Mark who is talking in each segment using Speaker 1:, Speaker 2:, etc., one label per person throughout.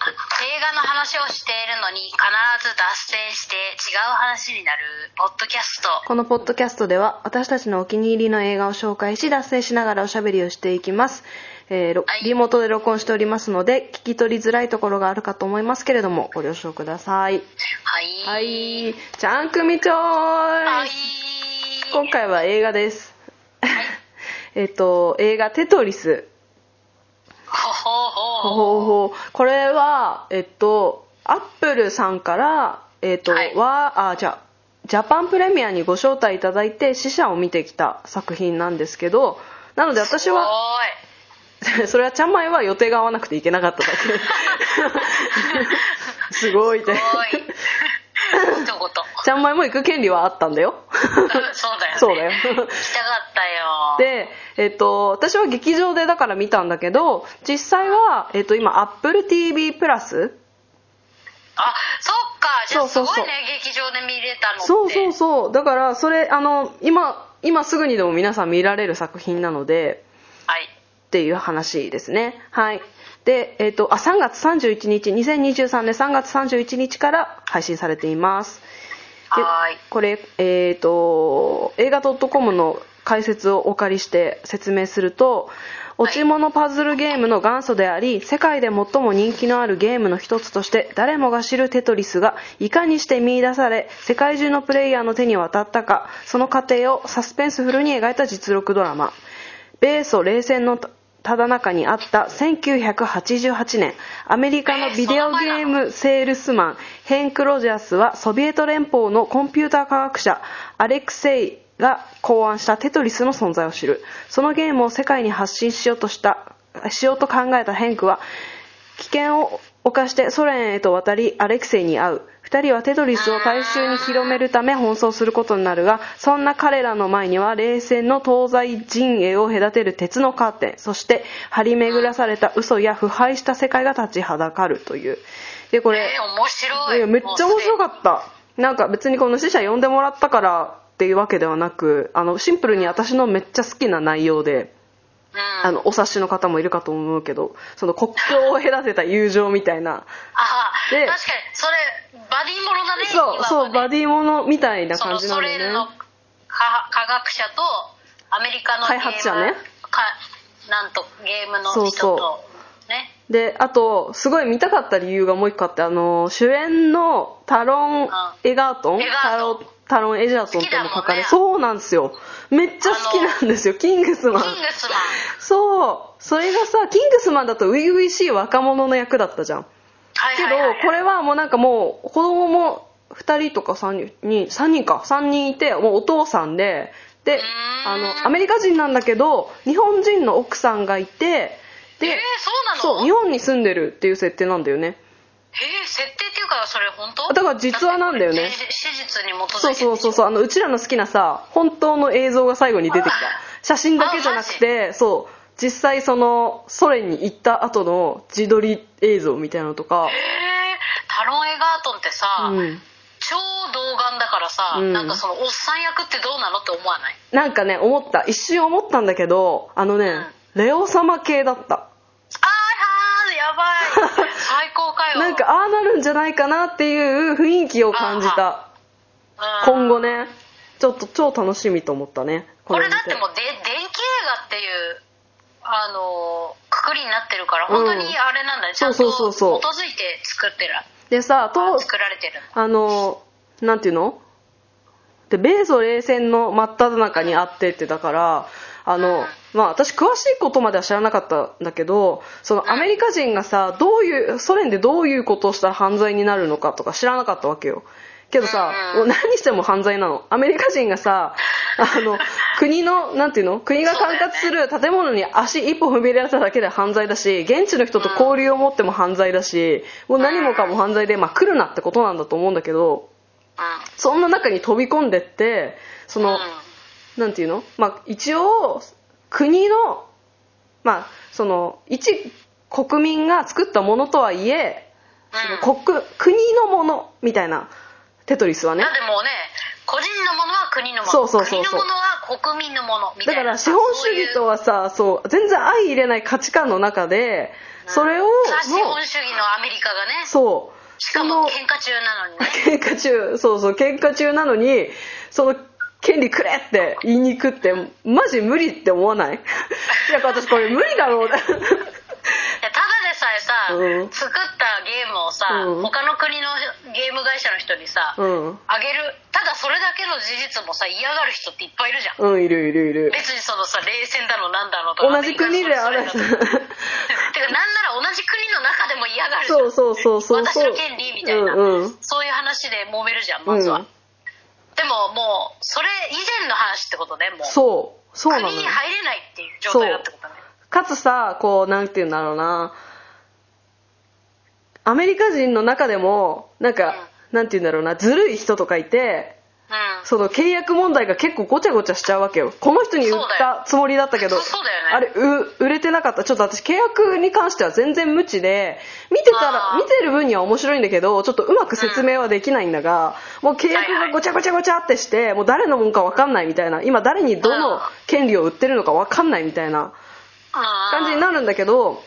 Speaker 1: 画の話をしているのに必ず脱線して違う話になるポッドキャスト
Speaker 2: このポッドキャストでは私たちのお気に入りの映画を紹介し脱線しながらおしゃべりをしていきます、えーろ
Speaker 1: はい
Speaker 2: リモートで録音しておりますので聞き取りづらいところがあるかと思いますけれどもご了承ください
Speaker 1: はい
Speaker 2: はいちゃんくみちょー
Speaker 1: はい
Speaker 2: い今回は映画です、 えっと映画「テトリス」
Speaker 1: ほ
Speaker 2: ほ
Speaker 1: ほほ
Speaker 2: ほほこれはえっとアップルさんからえっと、
Speaker 1: はい
Speaker 2: はあじゃジャパンプレミアにご招待いただいて死者を見てきた作品なんですけどなので私
Speaker 1: おー
Speaker 2: は それはちゃんまいは予定が合わなくていけなかっただけすごい
Speaker 1: いお
Speaker 2: ね
Speaker 1: ーい 一言
Speaker 2: ちゃんまいも行く権利はあったんだよ
Speaker 1: そうだよね
Speaker 2: そうだよ
Speaker 1: 行きたかったよ
Speaker 2: で、えっと、私は劇場でだから見たんだけど実際は、えっと、今 AppleTV プラス
Speaker 1: あそっかじゃあすご
Speaker 2: そうそうそう
Speaker 1: いね劇場で見れたのって
Speaker 2: そうそうそうだからそれあの今今すぐにでも皆さん見られる作品なので
Speaker 1: はい
Speaker 2: っていう話ですねはいでえっ、とあ3月31日2023年3月31日から配信されていますで
Speaker 1: はーい
Speaker 2: これえっ、と映画 .com の解説をお借りして説明すると落ち物パズルゲームの元祖であり世界で最も人気のあるゲームの一つとして誰もが知るテトリスがいかにして見出され世界中のプレイヤーの手に渡ったかその過程をサスペンスフルに描いた実録ドラマ米ソ冷戦のたただ中にあった1988年アメリカのビデオゲームセールスマンヘンク・ロジャースはソビエト連邦のコンピューター科学者アレクセイが考案したテトリスの存在を知るそのゲームを世界に発信しようとしたしようと考えたヘンクは危険を冒してソ連へと渡りアレクセイに会う2人はテトリスを大衆に広めるため奔走することになるがそんな彼らの前には冷戦の東西陣営を隔てる鉄のカーテンそして張り巡らされた嘘や腐敗した世界が立ちはだかるというでこれ
Speaker 1: えー、面白
Speaker 2: い
Speaker 1: い
Speaker 2: やめっちゃ面白か
Speaker 1: っ
Speaker 2: ったなんか別にこの死者呼んでもらったからっていうわけではなくあのシンプルに私のめっちゃ好きな内容で。
Speaker 1: た、うん、
Speaker 2: あのお察しの方もいるかと思うけどその国境を隔てた友情みたいな
Speaker 1: ああ
Speaker 2: で
Speaker 1: 確かにそれバディものだね
Speaker 2: そうそうバ
Speaker 1: デ
Speaker 2: ディものみたいな
Speaker 1: そ
Speaker 2: 感
Speaker 1: の
Speaker 2: じな
Speaker 1: ソ
Speaker 2: んだ
Speaker 1: 連
Speaker 2: よ
Speaker 1: の
Speaker 2: ね
Speaker 1: 科科学者とアメリカのゲーム
Speaker 2: 開発者ね
Speaker 1: かなんとゲームの
Speaker 2: そう
Speaker 1: 人と
Speaker 2: そう
Speaker 1: ね
Speaker 2: であとすごい見たかった理由がもう一個あってあの主演のタロン
Speaker 1: ん・
Speaker 2: エガートン
Speaker 1: エガ
Speaker 2: タ
Speaker 1: ート
Speaker 2: ロタロン・エジャートンとも書か
Speaker 1: 好
Speaker 2: れ、
Speaker 1: きだもんね
Speaker 2: そうなんですよめっちゃ好きなんですよキングスマン
Speaker 1: キングスマン
Speaker 2: そうそれがさキングスマンだと初々しい若者の役だったじゃん
Speaker 1: はい
Speaker 2: け
Speaker 1: は
Speaker 2: ど
Speaker 1: いはい、
Speaker 2: これはもうなんかもう子供も2人とか3人3人か3人いてもうお父さんでで
Speaker 1: うーん
Speaker 2: あのアメリカ人なんだけど日本人の奥さんがいて
Speaker 1: えー
Speaker 2: で、
Speaker 1: そう
Speaker 2: そう
Speaker 1: なの
Speaker 2: 日本に住んでるっていう設定なんだよね
Speaker 1: えー設定っていうかそれ本当
Speaker 2: だから実話なんだよね
Speaker 1: ってこれ史史実に基づいて
Speaker 2: そうそうそうそうあのうちらの好きなさ本当の映像が最後に出てきた写真だけじゃなくてそう実際そのソ連に行った後の自撮り映像みたいなのと
Speaker 1: え
Speaker 2: か
Speaker 1: ータロン・エガートンってさ、
Speaker 2: うん
Speaker 1: 超童顔だからさ、
Speaker 2: うん
Speaker 1: なんかそのおっさん役ってどうなのって思わない
Speaker 2: なんかね思った一瞬思ったんだけどあのね、レオ様系だっ
Speaker 1: あー
Speaker 2: た
Speaker 1: あーやばい 最高かよ
Speaker 2: なんかああなるんじゃないかなっていう雰囲気を感じた
Speaker 1: うん
Speaker 2: 今後ねちょっと超楽しみと思ったね
Speaker 1: これ
Speaker 2: を見
Speaker 1: だってもうで電気映画っていうあのーくくりになってるから本当にあれなんだね、ちゃんと基
Speaker 2: そうそうそうそう
Speaker 1: づいて作ってる
Speaker 2: でさと
Speaker 1: 作られてるの
Speaker 2: あのなんていうので米ソ冷戦の真っ只中にあってってだからあの、まあ私詳しいことまでは知らなかったんだけどそのアメリカ人がさどういうソ連でどういうことをしたら犯罪になるのかとか知らなかったわけよけどさ、
Speaker 1: うん
Speaker 2: もう何しても犯罪なのアメリカ人がさあの国のなんていうの国が管轄する建物に足一歩踏み入れられただけで犯罪だし現地の人と交流を持っても犯罪だしもう何もかも犯罪で、まあ、来るなってことなんだと思うんだけど
Speaker 1: うん
Speaker 2: そんな中に飛び込んでってその、
Speaker 1: うん
Speaker 2: なんていうの、まあ、一応国の,、まあ、その一国民が作ったものとはいえ、
Speaker 1: うん
Speaker 2: 国国のものみたいなテトリスはね
Speaker 1: だってもうね個人のものは国のもの
Speaker 2: そうそうそうそう
Speaker 1: 国のものは国民のものみた
Speaker 2: だ
Speaker 1: い
Speaker 2: か
Speaker 1: な
Speaker 2: ら資本主義と
Speaker 1: そういう
Speaker 2: はさそう全然相入れない価値観の中でそれを
Speaker 1: さ資
Speaker 2: の
Speaker 1: 本主義のアメリカがね
Speaker 2: そう
Speaker 1: しかも喧嘩中なのにね
Speaker 2: 喧嘩中そうそう喧嘩中なのにその権利くれって言いに行くってマジ無理って思わない いや私これ無理だろうな
Speaker 1: い やただでさえさ、
Speaker 2: うん
Speaker 1: 作ったゲームをさ、
Speaker 2: うん
Speaker 1: 他の国のゲーム会社の人にさ、
Speaker 2: うん
Speaker 1: あげるただそれだけの事実もさ嫌がる人っていっぱいいるじゃん
Speaker 2: うんいるいるいる
Speaker 1: 別にそのさ冷戦だのなんだのと
Speaker 2: 同
Speaker 1: か
Speaker 2: じ国であ
Speaker 1: アメ
Speaker 2: れ
Speaker 1: リカの人それだとてかなんなら同じ国の中でも嫌がるじゃん
Speaker 2: そうそうそうそう
Speaker 1: 私
Speaker 2: そう
Speaker 1: の権利みたいな、
Speaker 2: うんうん
Speaker 1: そういう話で揉めるじゃん
Speaker 2: う
Speaker 1: まずは、
Speaker 2: ん
Speaker 1: でももうそれ以前の話ってことねもう
Speaker 2: そうそうなの
Speaker 1: 国に
Speaker 2: よ
Speaker 1: 入れないっていう状態だってことね
Speaker 2: かつさこうなんて言うんだろうなアメリカ人の中でもなんか、なんて言うんだろうなずるい人とかいて
Speaker 1: うん
Speaker 2: その契約問題が結構ごちゃごちゃしちゃうわけよこの人に売っ
Speaker 1: そうだ
Speaker 2: たつもりだったけど
Speaker 1: そうだよね
Speaker 2: あれう売れてなかったちょっと私契約に関しては全然無知で見てた
Speaker 1: あ
Speaker 2: ら
Speaker 1: ー
Speaker 2: 見てる分には面白いんだけどちょっとうまく説明はできないんだが、もう契約がごちゃごちゃごちゃってして、もう誰のもんか分かんないみたいな今誰にどの権利を売ってるのか分かんないみたいな。感じになるんだけど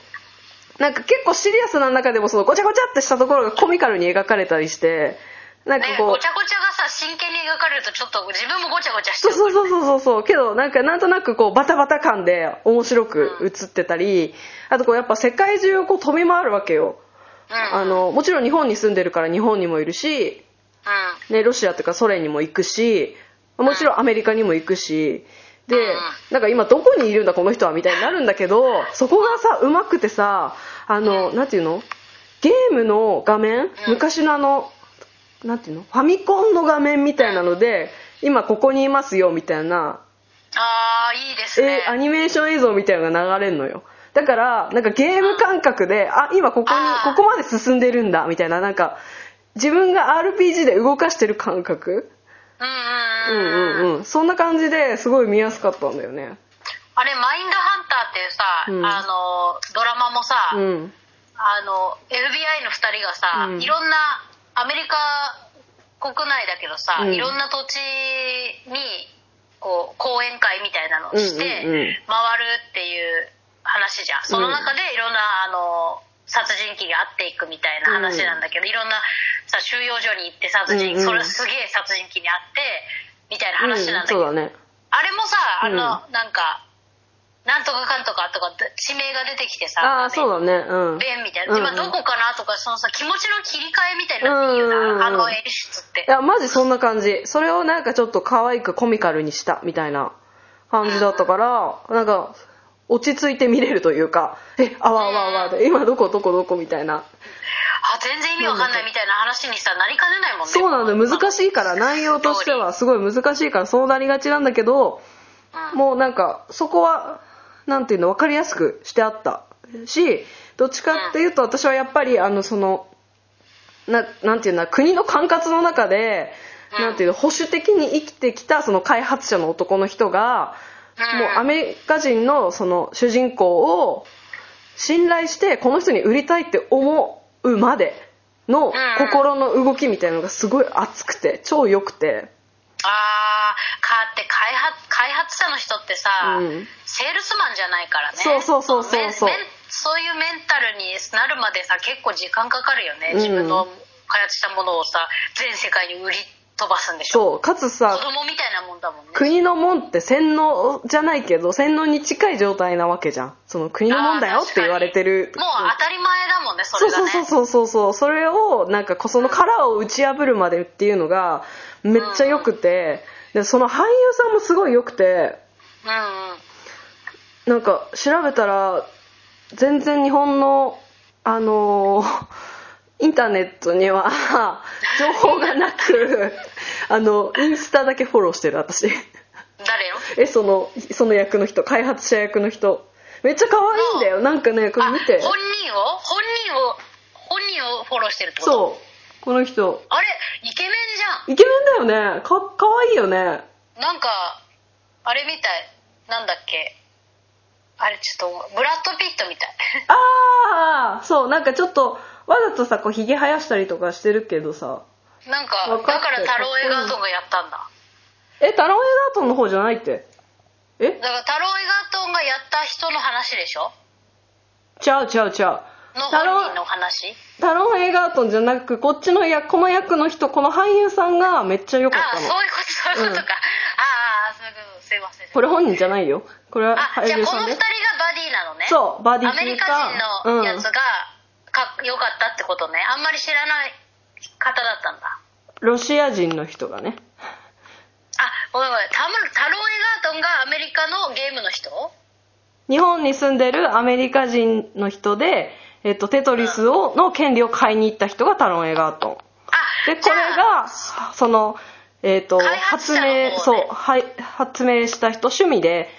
Speaker 2: なんか結構シリアスな中でもそのごちゃごちゃってしたところがコミカルに描かれたりしてなんか
Speaker 1: ね、
Speaker 2: こ
Speaker 1: ご
Speaker 2: う、
Speaker 1: ちゃごちゃがさ真剣に描かれるとちょっと自分もごちゃごちゃしち
Speaker 2: そう
Speaker 1: ゃう
Speaker 2: そうそうそうそうそうけどなんかなんとなくこうバタバタ感で面白く映ってたりあとこうやっぱ世界中をこう飛び回るわけよ
Speaker 1: うん
Speaker 2: あのもちろん日本に住んでるから日本にもいるし、
Speaker 1: う
Speaker 2: ね、ロシアとかソ連にも行くしもちろんアメリカにも行くしで
Speaker 1: うん、
Speaker 2: なんか今どこにいるんだこの人はみたいになるんだけどそこがさうまくてさあのなんていうのゲームの画面昔のあのなんていうのファミコンの画面みたいなので今ここにいますよみたいなん
Speaker 1: ああいいですね
Speaker 2: え、アニメーション映像みたいなのが流れるのよだからなんかゲーム感覚で、あ今ここ
Speaker 1: あ
Speaker 2: に
Speaker 1: ー
Speaker 2: ここまで進んでるんだみたいななんか自分が RPG で動かしてる感覚う
Speaker 1: うんんうんうん,、
Speaker 2: うんうんそんな感じですごい見やすかったんだよね
Speaker 1: あれマインドハンターっていうさ、
Speaker 2: うん
Speaker 1: あのドラマもさ、
Speaker 2: うん
Speaker 1: あの FBI の2人がさ、
Speaker 2: うん
Speaker 1: いろんなアメリカ国内だけどさ、
Speaker 2: うん
Speaker 1: いろんな土地にこう講演会みたいなのをして回
Speaker 2: うんうんうん
Speaker 1: るっていう話じゃん、その中でいろんなあの殺人鬼があっていくみたいな話なんだけど、いろんなさ収容所に行って殺人、
Speaker 2: うんうん
Speaker 1: それすげえ殺人鬼にあってみたいな
Speaker 2: うん
Speaker 1: 話なんだけど、
Speaker 2: そうだね
Speaker 1: あれもさあの、
Speaker 2: うん
Speaker 1: なんかなんとかかんとかとかって地名が出てきてさ
Speaker 2: ああー
Speaker 1: 画面に
Speaker 2: そうだねうん
Speaker 1: 便みたい
Speaker 2: うん
Speaker 1: な
Speaker 2: うん
Speaker 1: 今どこかなとかそのさ気持ちの切り替えみたいになっていいよ
Speaker 2: うんうんうん
Speaker 1: なあの演出って
Speaker 2: いやマジそんな感じそれをなんかちょっと可愛くコミカルにしたみたいな感じだったからなんか落ち着いて見れるというかえあわあわあわで今どこどこどこみたいな
Speaker 1: あ全然意味わかんないみたいな話にさなりかねないもんね
Speaker 2: そうなのよ難
Speaker 1: しい、
Speaker 2: しいから内容としてはすごい難しいからそうなりがちなんだけど
Speaker 1: うん
Speaker 2: もうなんかそこはなんていうの分かりやすくしてあったしどっちかっていうと私はやっぱりあのそのななんていうんだ国の管轄の中で
Speaker 1: うん
Speaker 2: なんていうの保守的に生きてきたその開発者の男の人が
Speaker 1: うん
Speaker 2: もうアメリカ人のその主人公を信頼してこの人に売りたいって思うまでの心の動きみたいなのがすごい熱くて超良くて。
Speaker 1: あーかって開発開発者の人ってさ、
Speaker 2: うん
Speaker 1: セールスマンじゃないからね
Speaker 2: そうそうそうそう
Speaker 1: めめんそういうメンタルになるまでさ結構時間かかるよね、
Speaker 2: うん
Speaker 1: 自分の開発したものをさ全世界に売り飛ばすんでしょ
Speaker 2: そうか
Speaker 1: 子
Speaker 2: つさ
Speaker 1: 供みたいなもんだもんね
Speaker 2: 国の門って洗脳じゃないけど洗脳に近い状態なわけじゃんその国の門だよって言われてる
Speaker 1: もう当たり前だもんねそ
Speaker 2: そう
Speaker 1: れが
Speaker 2: そう
Speaker 1: ね
Speaker 2: そうそうそうそうそれをなんかこうその殻を打ち破るまでっていうのがめっちゃ良くて、でその俳優さんもすごい良くて
Speaker 1: うんうん
Speaker 2: なんか調べたら全然日本のあのー インターネットには 情報がなく あのインスタだけフォローしてる私。
Speaker 1: 誰よ
Speaker 2: えそのその役の人開発者役の人めっちゃ可愛いんだよなんかねこれ
Speaker 1: あ
Speaker 2: 見て
Speaker 1: 本人を本人を本人をフォローしてるってこと
Speaker 2: そうこの人
Speaker 1: あれイケメンじ
Speaker 2: イケメンだよねか可愛いよね
Speaker 1: ゃんなんかあれみたいなんだっけあれちょっとブラッド・ピットみたい
Speaker 2: ああそうなんかちょっとわざとさこうひげ生やしたりとかしてるけどさ
Speaker 1: なんか
Speaker 2: わかっ
Speaker 1: だから
Speaker 2: てる
Speaker 1: タロー・エガートンがやったんだ
Speaker 2: えタロン・エガートンの方じゃないってえ
Speaker 1: だからタロー・エガートンがやった人の話でしょ
Speaker 2: ちゃうちゃうちゃう
Speaker 1: の本人の話
Speaker 2: タロン・エガートンじゃなくこっちの役この役の人この俳優さんがめっちゃ良かっ
Speaker 1: ああ
Speaker 2: た
Speaker 1: そういう
Speaker 2: の
Speaker 1: ことそういうことか、ああそういうことすいません
Speaker 2: これ本人じゃないよこれは
Speaker 1: あじゃ
Speaker 2: 俳
Speaker 1: あ
Speaker 2: 優
Speaker 1: こ
Speaker 2: さ
Speaker 1: の
Speaker 2: ん
Speaker 1: 二人
Speaker 2: で
Speaker 1: がバディなのね
Speaker 2: そうバディ
Speaker 1: アメリカ人のやつがか良かったってことねあんまり知らない方だったんだ
Speaker 2: うん、ロシア人の人がね
Speaker 1: あごめんごめんタムタロー・エガートンがアメリカのゲームの人
Speaker 2: 日本に住んでるアメリカ人の人で、えっと、テトリスをの権利を買いに行った人がタロン・エガート
Speaker 1: あ
Speaker 2: ン でこれがそのえっと
Speaker 1: 開発
Speaker 2: 発
Speaker 1: 者の方ね
Speaker 2: 明そうはい発明した人趣味で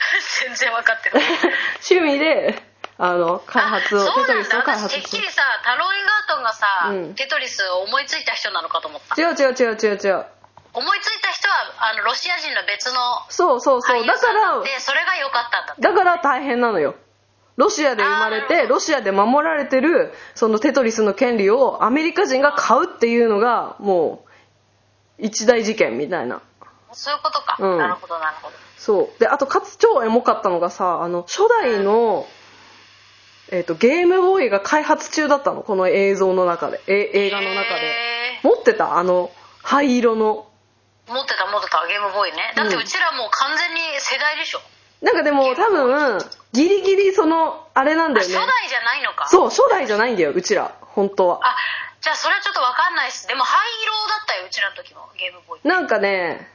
Speaker 1: 全然分かってない
Speaker 2: 趣味であの開発を
Speaker 1: あそ
Speaker 2: テ
Speaker 1: う
Speaker 2: ト
Speaker 1: な
Speaker 2: リ
Speaker 1: ん
Speaker 2: スを
Speaker 1: だ
Speaker 2: 開
Speaker 1: 私
Speaker 2: 発
Speaker 1: てっ
Speaker 2: し
Speaker 1: き
Speaker 2: た
Speaker 1: りさタロー・エガートンがさ、
Speaker 2: うん
Speaker 1: テトリスを思いついた人なのかと思った
Speaker 2: 違う違う違う違う違う
Speaker 1: 思いついた人はあのロシア人の別の
Speaker 2: そうそうそ
Speaker 1: 俳
Speaker 2: う
Speaker 1: 優
Speaker 2: だ
Speaker 1: さ
Speaker 2: か
Speaker 1: んだっ
Speaker 2: ら
Speaker 1: てそれが良かったんだって
Speaker 2: だから大変なのよロシアで生まれ
Speaker 1: あーなる
Speaker 2: て
Speaker 1: ほど
Speaker 2: ロシアで守られてるそのテトリスの権利をアメリカ人が買うっていうのがもう一大事件みたいな
Speaker 1: そういうことか、
Speaker 2: うん
Speaker 1: なるほどなるほど
Speaker 2: そうであとかつ超エモかったのがさあの初代の、えっとゲームボーイが開発中だったのこの映像の中でえ映画の中で
Speaker 1: へー
Speaker 2: 持ってたあの灰色の
Speaker 1: 持ってた持ってたゲームボーイねだってうちらもう完全に世代でしょ、
Speaker 2: なんかでも多分ギリギリそのあれなん
Speaker 1: あ
Speaker 2: だよ
Speaker 1: 初
Speaker 2: ね
Speaker 1: 代じゃないのかう
Speaker 2: そう初代じゃないんだようちら本当は
Speaker 1: あじゃあそれはちょっと分かんないっすでも灰色だったようちらの時のゲームボーイ
Speaker 2: なんかね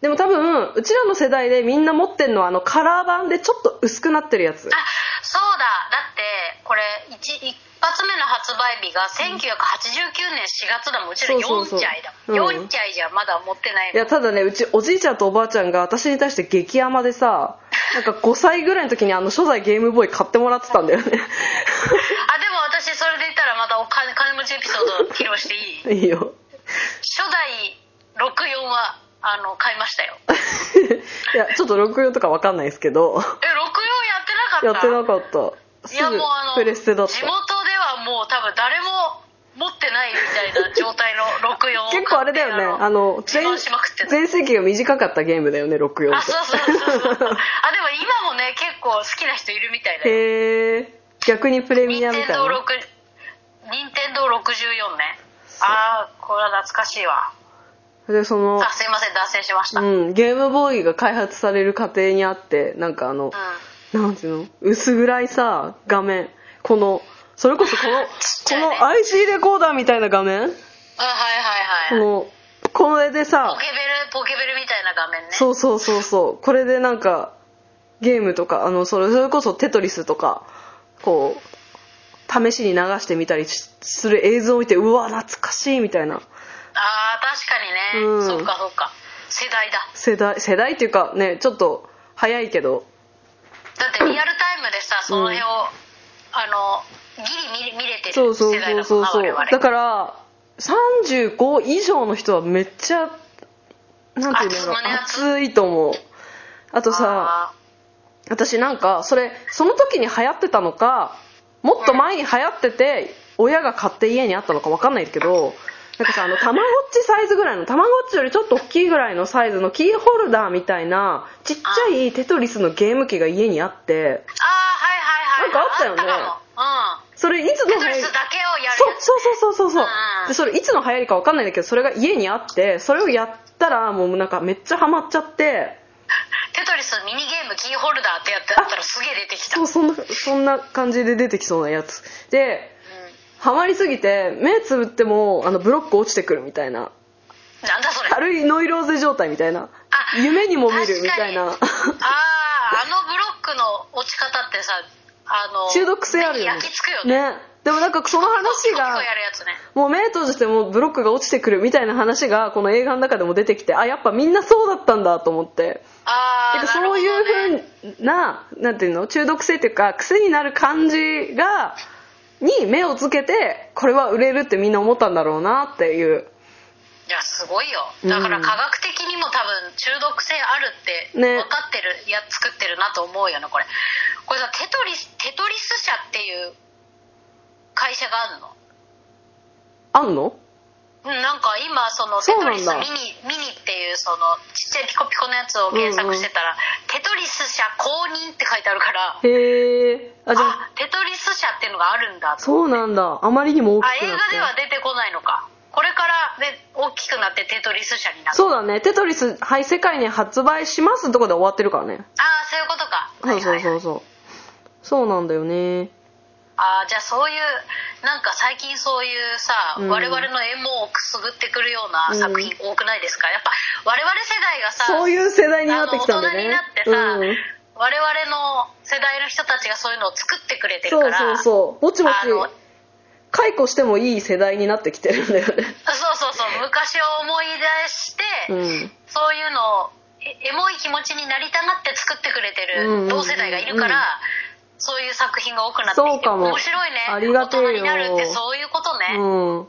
Speaker 2: でも多分うちらの世代でみんな持ってんのはあのカラー版でちょっと薄くなってるやつ
Speaker 1: あそうだだってこれ一一発目の発売日が1989年4月だもんうちら
Speaker 2: そうそうそう
Speaker 1: 4歳だ
Speaker 2: うん
Speaker 1: もん4歳じゃまだ持ってない
Speaker 2: い
Speaker 1: の
Speaker 2: やただねうちおじいちゃんとおばあちゃんが私に対して激甘でさなんか5歳ぐらいの時にあの初代ゲームボーイ買ってもらってたんだよ ね
Speaker 1: あでも私それで言ったらまたお金金持ちエピソード披露して いい
Speaker 2: いいよ
Speaker 1: 初代64はあの買いましたよえ
Speaker 2: いやちょっと64とかわかんないですけど
Speaker 1: 64
Speaker 2: や
Speaker 1: やってなか
Speaker 2: っ
Speaker 1: った
Speaker 2: てなかったす
Speaker 1: いやも
Speaker 2: ぐ
Speaker 1: うあの
Speaker 2: プレステだった
Speaker 1: 地元ではもう多分誰も持ってないみたいな状態の64を
Speaker 2: 結構あれだよねあの
Speaker 1: 自慢しまくってた
Speaker 2: 全盛期が短かったゲームだよね64って
Speaker 1: あそうそうそうそうあで も今もね結構好きな人いるみたいだよ
Speaker 2: へえ逆にプレミ
Speaker 1: 任
Speaker 2: アみたい
Speaker 1: 天堂
Speaker 2: な
Speaker 1: 六任天堂64ねああこれは懐かしいわ
Speaker 2: でその
Speaker 1: あすいません脱線しました、うん
Speaker 2: うん、ゲームボーイが開発される過程にあってなんかあの、なんていうの薄暗いさ画面このそれこそこの
Speaker 1: ちっちゃ
Speaker 2: こ
Speaker 1: いね
Speaker 2: の IC レコーダーみたいな画
Speaker 1: あ
Speaker 2: 面
Speaker 1: はい
Speaker 2: こ
Speaker 1: はいはい
Speaker 2: のこれでさ
Speaker 1: ポケベルポケベルみたいな画面ね
Speaker 2: そうそうそうそうこれでなんかゲームとかあのそれそれこそ「テトリス」とかこう試しに流してみたりしする映像を見てうわ懐かしいみたいな
Speaker 1: ああ確かにね、
Speaker 2: うん
Speaker 1: そっかそっか世代だ
Speaker 2: 世代世代っていうかねちょっと早いけど
Speaker 1: だってリアルタイムでさその辺を、あのギリ見れ見れて
Speaker 2: そう
Speaker 1: る
Speaker 2: そう
Speaker 1: 世代
Speaker 2: そう
Speaker 1: だ
Speaker 2: そ
Speaker 1: もんな我
Speaker 2: うそう
Speaker 1: 々
Speaker 2: だから35以上の人はめっちゃなんていうの
Speaker 1: 熱胸熱
Speaker 2: 熱いと思うあとさ
Speaker 1: あ
Speaker 2: 私なんかそれその時に流行ってたのかもっと前に流行ってて親が買って家にあったのかわかんないけどなんかさあのたまごっちサイズぐらいのたまごっちよりちょっと大きいぐらいのサイズのキーホルダーみたいなちっちゃいテトリスのゲーム機が家にあって
Speaker 1: ーあーはいはいはい
Speaker 2: なんかあったよね
Speaker 1: あった
Speaker 2: それいつ
Speaker 1: かも
Speaker 2: の
Speaker 1: うんテトリスだけをやる
Speaker 2: そう
Speaker 1: やつ
Speaker 2: そうそうそうそうそう、
Speaker 1: うん
Speaker 2: でそれいつの流行りか分かんないんだけどそれが家にあってそれをやったらもうなんかめっちゃハマっちゃって
Speaker 1: テトリスミニゲームキーホルダーってやってあったらすげえ出てきた、
Speaker 2: そううそんなそんな感じで出てきそうなやつで
Speaker 1: ん
Speaker 2: ハマりすぎて目つぶってもあのブロック落ちてくるみたいな
Speaker 1: なんだそれあ
Speaker 2: 軽いノイローゼ状態みたいな
Speaker 1: あ
Speaker 2: 夢にも見るみたいな
Speaker 1: あーあのブロックの落ち方ってさあの
Speaker 2: 中毒性あるよね
Speaker 1: 焼きつくよね
Speaker 2: ねでもなんかその話
Speaker 1: コ
Speaker 2: が
Speaker 1: コやるやつね
Speaker 2: もう目閉じてもうブロックが落ちてくるみたいな話がこの映画の中でも出てきてあやっぱみんなそうだったんだと思って
Speaker 1: あ
Speaker 2: なん
Speaker 1: あ
Speaker 2: かそう
Speaker 1: う
Speaker 2: いうふうななんていうの中毒性っていうか癖になる感じがに目をつけてこれは売れるってみんな思ったんだろうなっていう
Speaker 1: いやすごいよだから
Speaker 2: うん
Speaker 1: 科学的にも多分中毒性あるって
Speaker 2: ね
Speaker 1: 分かってる、いや作ってるなと思うよねこれこれさテトリステトリス社っていう会社があるの
Speaker 2: あんの
Speaker 1: うん、なんか今その
Speaker 2: そ
Speaker 1: テ
Speaker 2: う
Speaker 1: ト
Speaker 2: なん
Speaker 1: リス
Speaker 2: だ
Speaker 1: ミニミニっていうそのちっちゃいピコピコのやつを検索してたら、テトリス社公認って書いてあるから
Speaker 2: へえあじゃあ
Speaker 1: あテトリス社っていうのがあるんだと
Speaker 2: そうなんだあまりにも大
Speaker 1: あ
Speaker 2: きく
Speaker 1: 映
Speaker 2: な
Speaker 1: 画
Speaker 2: っ
Speaker 1: では
Speaker 2: て
Speaker 1: 出てこないのかこれからで大きくなってテトリス社になった
Speaker 2: そうだねテトリスはい世界に発売しますのとこで終わってるからね
Speaker 1: ああそういうことか
Speaker 2: そうそうそううそうそうなんだよね
Speaker 1: ああじゃあそういうなんか最近そういうさ、
Speaker 2: うん
Speaker 1: 我々の縁もくすぐってくるような作品多くないですか、やっぱ我々世代がさ
Speaker 2: そういう世代になってきたんだね
Speaker 1: あの大人になってさ、我々の世代の人たちがそういうのを作ってくれてる
Speaker 2: う
Speaker 1: か
Speaker 2: ん、
Speaker 1: ら
Speaker 2: そうそうそうぼちぼち
Speaker 1: あの
Speaker 2: 解雇してもいい世代になってきてるんだよ ね
Speaker 1: そうそうそう昔を思い出して、
Speaker 2: うん
Speaker 1: そういうのをえエモい気持ちになりたがって作ってくれて
Speaker 2: うんうんうん
Speaker 1: る同世代がいるから、そういう作品が多くなって
Speaker 2: そう
Speaker 1: きて
Speaker 2: かも
Speaker 1: 面白いね
Speaker 2: ありがてえよ
Speaker 1: 大人になるってそういうことね、あ
Speaker 2: うん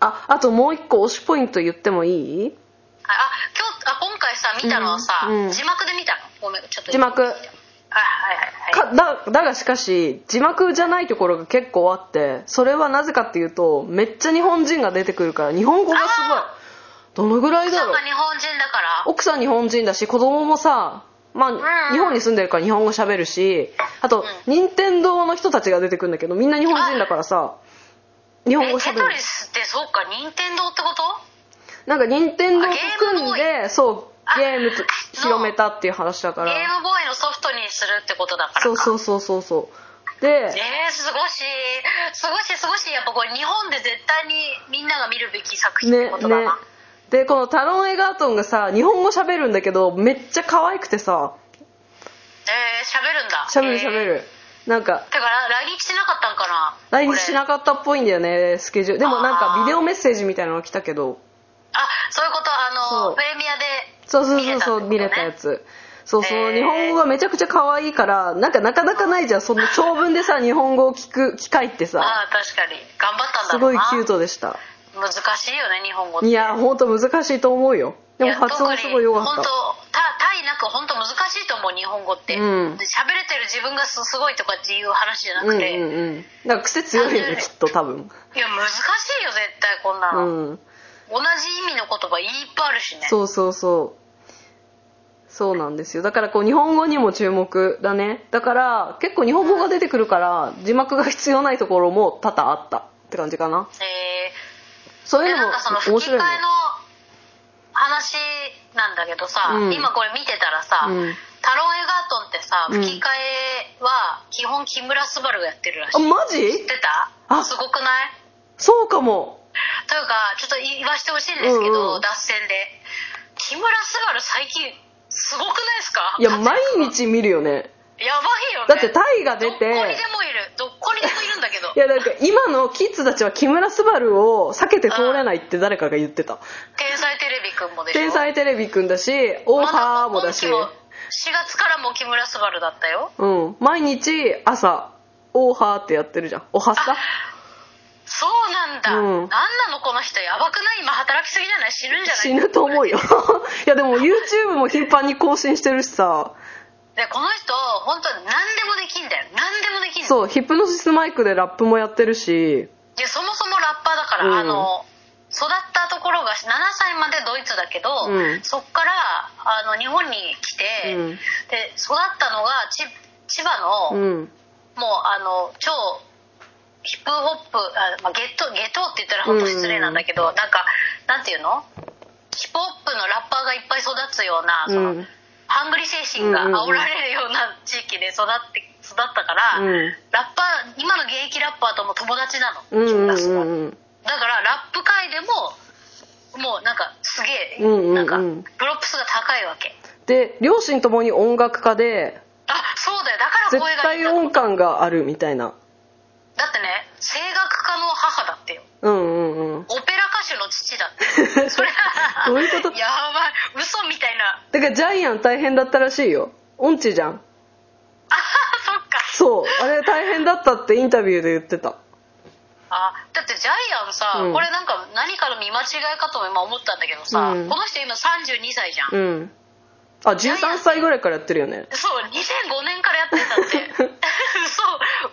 Speaker 2: ああともう一個推しポイント言ってもいい
Speaker 1: あ今日あ今回さ見たのはさ、
Speaker 2: うんうん
Speaker 1: 字幕で見たのごめんちょっと
Speaker 2: 字幕
Speaker 1: あはいはいはい
Speaker 2: かだだがしかし字幕じゃないところが結構あってそれはなぜかっていうとめっちゃ日本人が出てくるから日本語がすごい
Speaker 1: あ
Speaker 2: どのぐらいだ
Speaker 1: さん
Speaker 2: ろう
Speaker 1: が日本人だから
Speaker 2: 奥さん日本人だし子供もさまあ、
Speaker 1: ん
Speaker 2: 日本に住んでるから日本語喋るしあと、
Speaker 1: う
Speaker 2: 任天堂の人たちが出てくるんだけどみんな日本人だからさ日本
Speaker 1: え
Speaker 2: 語
Speaker 1: テ
Speaker 2: 喋
Speaker 1: ト
Speaker 2: る
Speaker 1: リスってそうか任天堂ってこと
Speaker 2: なんか任天堂と組ん
Speaker 1: あゲ
Speaker 2: でそう
Speaker 1: あ
Speaker 2: ゲームと
Speaker 1: の
Speaker 2: 広めたっていう話だか
Speaker 1: ゲ
Speaker 2: ら
Speaker 1: ームボーイのソフトにするってことだからか
Speaker 2: そうそうそうそうそうで
Speaker 1: えー、すごしすごしすごしやっぱこれ日本で絶対にみんなが見るべき作品って
Speaker 2: ね
Speaker 1: ことだ
Speaker 2: ね
Speaker 1: な、
Speaker 2: でこのタロン・エガートンがさ日本語喋るんだけどめっちゃ可愛くてさ
Speaker 1: えー、喋るんだ
Speaker 2: 喋る喋
Speaker 1: え
Speaker 2: る、なんか
Speaker 1: ーてか来来日しなかったんかな
Speaker 2: 来日しな
Speaker 1: これ
Speaker 2: かったっぽいんだよねスケジュールでもなん
Speaker 1: あ
Speaker 2: か
Speaker 1: ー
Speaker 2: ビデオメッセージみたいなのが来たけど
Speaker 1: あそういうことあ
Speaker 2: そ
Speaker 1: の
Speaker 2: う
Speaker 1: プレミアで
Speaker 2: そうそうそうそう見
Speaker 1: 見
Speaker 2: れ
Speaker 1: れた
Speaker 2: た
Speaker 1: ってことね
Speaker 2: やつそうそう、
Speaker 1: へー
Speaker 2: 日本語がめちゃくちゃ可愛いからなんかなかなかないじゃんその長文でさ日本語を聞く機会ってさ
Speaker 1: ああ確かに頑張ったんだ
Speaker 2: す
Speaker 1: ろ
Speaker 2: ご
Speaker 1: う
Speaker 2: い
Speaker 1: な
Speaker 2: キュートでした
Speaker 1: 難しいよね日本語って
Speaker 2: いやほんと難しいと思うよでも
Speaker 1: いや
Speaker 2: 発音すごい良か
Speaker 1: 特
Speaker 2: っ
Speaker 1: に本
Speaker 2: た
Speaker 1: 当たたいなく本当難しいと思う日本語って喋、
Speaker 2: う
Speaker 1: れ
Speaker 2: ん
Speaker 1: てる自分がすすごいとかっていう話じゃな
Speaker 2: うんう
Speaker 1: く
Speaker 2: ん
Speaker 1: て、
Speaker 2: うんなんか癖強いよねきっと多分
Speaker 1: いや難しいよ絶対こんな
Speaker 2: う
Speaker 1: の、
Speaker 2: ん
Speaker 1: 同じ意味の言葉いっぱいあるしね
Speaker 2: そうそうそうそうなんですよだからこう日本語にも注目だねだから結構日本語が出てくるから字幕が必要ないところも多々あったって感じかな
Speaker 1: え
Speaker 2: そう
Speaker 1: ー、
Speaker 2: い
Speaker 1: で
Speaker 2: うの
Speaker 1: なん
Speaker 2: も
Speaker 1: かその
Speaker 2: 面
Speaker 1: 吹き替
Speaker 2: 白
Speaker 1: え
Speaker 2: い
Speaker 1: の
Speaker 2: ね
Speaker 1: 話なんだけどさ、
Speaker 2: うん
Speaker 1: 今これ見てたらさ、
Speaker 2: うん
Speaker 1: タロン・エガートンってさ
Speaker 2: うん
Speaker 1: 吹き替えは基本木村昴がやってるらしい、
Speaker 2: あマジ
Speaker 1: 知ってた
Speaker 2: あ
Speaker 1: すごくない
Speaker 2: そうかも
Speaker 1: というかちょっと言わしてほしいんですけど、
Speaker 2: うんうん
Speaker 1: 脱線で木村昴最近すごくないですか
Speaker 2: いや
Speaker 1: 活躍
Speaker 2: 毎日見るよね
Speaker 1: やばいよね
Speaker 2: だってタイが出て
Speaker 1: どこにでもいるどこにでもいるんだけど
Speaker 2: いやなんか今のキッズたちは木村昴を避けて通れないって誰かが言ってた
Speaker 1: 天才テレビくんもでしょ
Speaker 2: 天才テレビくんだしオーハーもだし、
Speaker 1: ま今期も4月からも木村昴だったよ
Speaker 2: うん毎日朝オーハーってやってるじゃんおはっさ
Speaker 1: そうなんだ、
Speaker 2: うん
Speaker 1: なんなのこの人やばくない今働きすぎじゃない死ぬんじゃない
Speaker 2: 死ぬと思うよ いやでも YouTube も頻繁に更新してるしさ
Speaker 1: でこの人本当に何でもできんだよ何でもできんの
Speaker 2: そうヒップノシスマイクでラップもやってるし
Speaker 1: いやそもそもラッパーだから、
Speaker 2: うん
Speaker 1: あの育ったところが7歳までドイツだけど、
Speaker 2: うん
Speaker 1: そっからあの日本に来て、
Speaker 2: うん
Speaker 1: で育ったのがち千葉の、
Speaker 2: うん
Speaker 1: もうあの超ヒップホップあ、まあ、ゲトゲトって言ったら本当失礼なんだけど、なんかなんていうのヒップホップのラッパーがいっぱい育つようなその、
Speaker 2: うん
Speaker 1: ハングリ精神が煽られるような地域で育って育ったから、
Speaker 2: うん
Speaker 1: ラッパー今の現役ラッパーとも友達なの、
Speaker 2: うんうん
Speaker 1: だか
Speaker 2: うんうん
Speaker 1: らラップ界でももうなんかすげえ、
Speaker 2: うんうんうん
Speaker 1: なんかプロップスが高いわけ
Speaker 2: で両親ともに音楽家で
Speaker 1: あそうだよだから
Speaker 2: 絶
Speaker 1: 声がいいん
Speaker 2: 対
Speaker 1: だ
Speaker 2: 音感があるみたいな
Speaker 1: だってね声楽家の母だってよ
Speaker 2: うんうんうん
Speaker 1: オペラ歌手の父だ って それ
Speaker 2: どういうこと
Speaker 1: やばい嘘みたいな
Speaker 2: だからジャイアン大変だったらしいよ音痴じゃん
Speaker 1: あそっか
Speaker 2: そうあれ大変だったってインタビューで言ってた
Speaker 1: あだってジャイアンさ、
Speaker 2: うん
Speaker 1: これなんか何かの見間違いかとも今思ったんだけどさ、
Speaker 2: うん
Speaker 1: この人今32歳じゃん、
Speaker 2: うんあ13歳ぐらいからやってる よね
Speaker 1: そう2005年からやってた って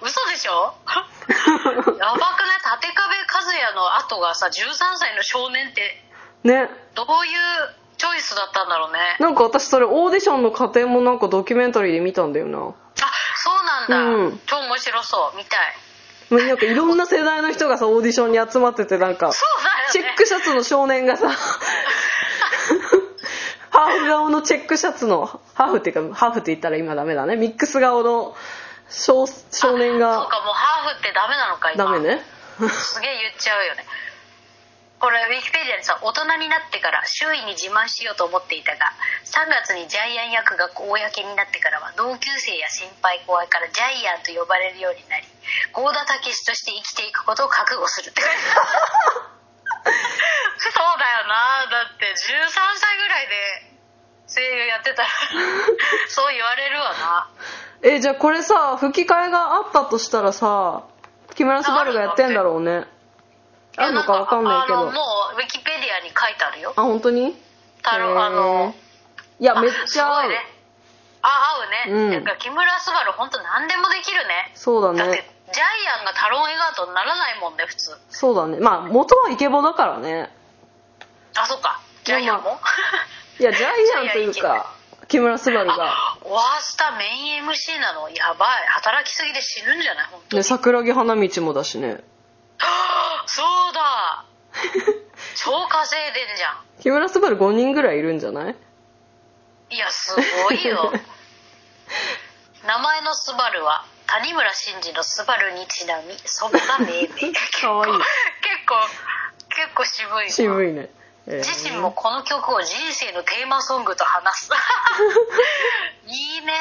Speaker 1: 嘘嘘でしょやばくない立壁和也也の後がさ13歳の少年って
Speaker 2: ね
Speaker 1: どういうチョイスだったんだろうね
Speaker 2: なんか私それオーディションの過程もなんかドキュメンタリーで見たんだよな
Speaker 1: あそうなんだ、
Speaker 2: うん
Speaker 1: 超面白そう見たい
Speaker 2: まあなんかいろんな世代の人がさオーディションに集まっててなんか
Speaker 1: そうだよね
Speaker 2: チェックシャツの少年がさハーフ顔のチェックシャツのハーフっていうかハーフって言ったら今ダメだねミックス顔の少少年
Speaker 1: そう
Speaker 2: が
Speaker 1: かもうハーフってダメなのか今
Speaker 2: ダメね
Speaker 1: すげえ言っちゃうよねこれウィキペディアにさ大人になってから周囲に自慢しようと思っていたが3月にジャイアン役が公になってからは同級生や先輩後輩からジャイアンと呼ばれるようになり郷田武史として生きていくことを覚悟するってそうだよなだって13歳ぐらいで声優や ってたらそう言われるわな
Speaker 2: えじゃあこれさ吹き替えがあったとしたらさ木村昴がやってんだろうねあるのかわかんないけ
Speaker 1: や
Speaker 2: ど
Speaker 1: なんかあのもうウィキペディアに書いてあるよ
Speaker 2: あ本当に
Speaker 1: 太郎あの
Speaker 2: いやめっちゃ合
Speaker 1: あすごいうねあ合うね、
Speaker 2: うん
Speaker 1: なんか木村昴本当何でもできるね
Speaker 2: そうだ
Speaker 1: だって
Speaker 2: ね
Speaker 1: ジャイアンがタロン・エガートにならないもんね普通
Speaker 2: そうだねまあ元はイケボだからね
Speaker 1: あそっかジャイアンも
Speaker 2: いやジャイアンというか木村昴が、
Speaker 1: あワースタメイン MC なのやばい働きすぎで死ぬんじゃない本当に、
Speaker 2: ね、桜木花道もだし ね
Speaker 1: はあ そうだ超稼いでんじゃん
Speaker 2: 木村昴5人ぐらいいるんじゃない
Speaker 1: いやすごい よ名前の「スバルは谷村新司の「スバルにちなみ祖母が命名
Speaker 2: かわいい
Speaker 1: 結構結構渋いな
Speaker 2: 渋いね、えー
Speaker 1: 自身もこの曲を人生のテーマソングと話 すいいね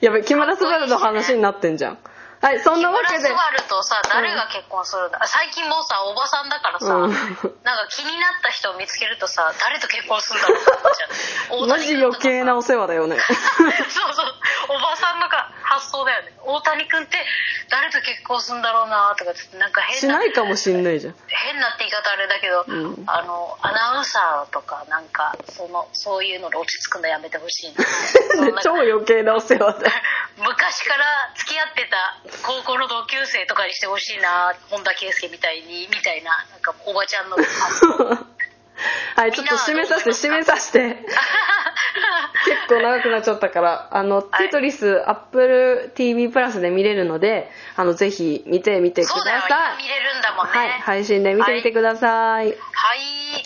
Speaker 2: やべ木村昴の話になってんじゃんはいそん
Speaker 1: 木
Speaker 2: なわ
Speaker 1: 村
Speaker 2: けで
Speaker 1: 昴とさ誰が結婚するんだ、最近もうさおばさんだからさ、
Speaker 2: うん
Speaker 1: なんか気になった人を見つけるとさ誰と結婚するんだろうって思っちゃう
Speaker 2: マジ余計なお世話だ よね
Speaker 1: そうそうおばさんのか発想だよね大谷君って誰と結婚するんだろうなとかちょっとなんか
Speaker 2: し
Speaker 1: 変な
Speaker 2: ないかもしんないじゃん
Speaker 1: 変なって言い方あれだけど、
Speaker 2: うん
Speaker 1: あのアナウンサーとかなんかそのそういうので落ち着くのやめてほしい なそんな
Speaker 2: 超余計なお世話だよ
Speaker 1: 昔から付き合ってた高校の同級生とかにしてほしいな本田圭佑みたいにみたいななんかおばち ゃんの発想
Speaker 2: はい、ちょっと締めさせて、締めさ せて。結構長くなっちゃったから、あの、
Speaker 1: い
Speaker 2: テトリス、Apple TV プラスで見れるので、あの、ぜひ見てみてく
Speaker 1: そうだよ
Speaker 2: ださ
Speaker 1: 今
Speaker 2: い。
Speaker 1: 見れるんだもんね
Speaker 2: はい、配信で見てみてください
Speaker 1: はい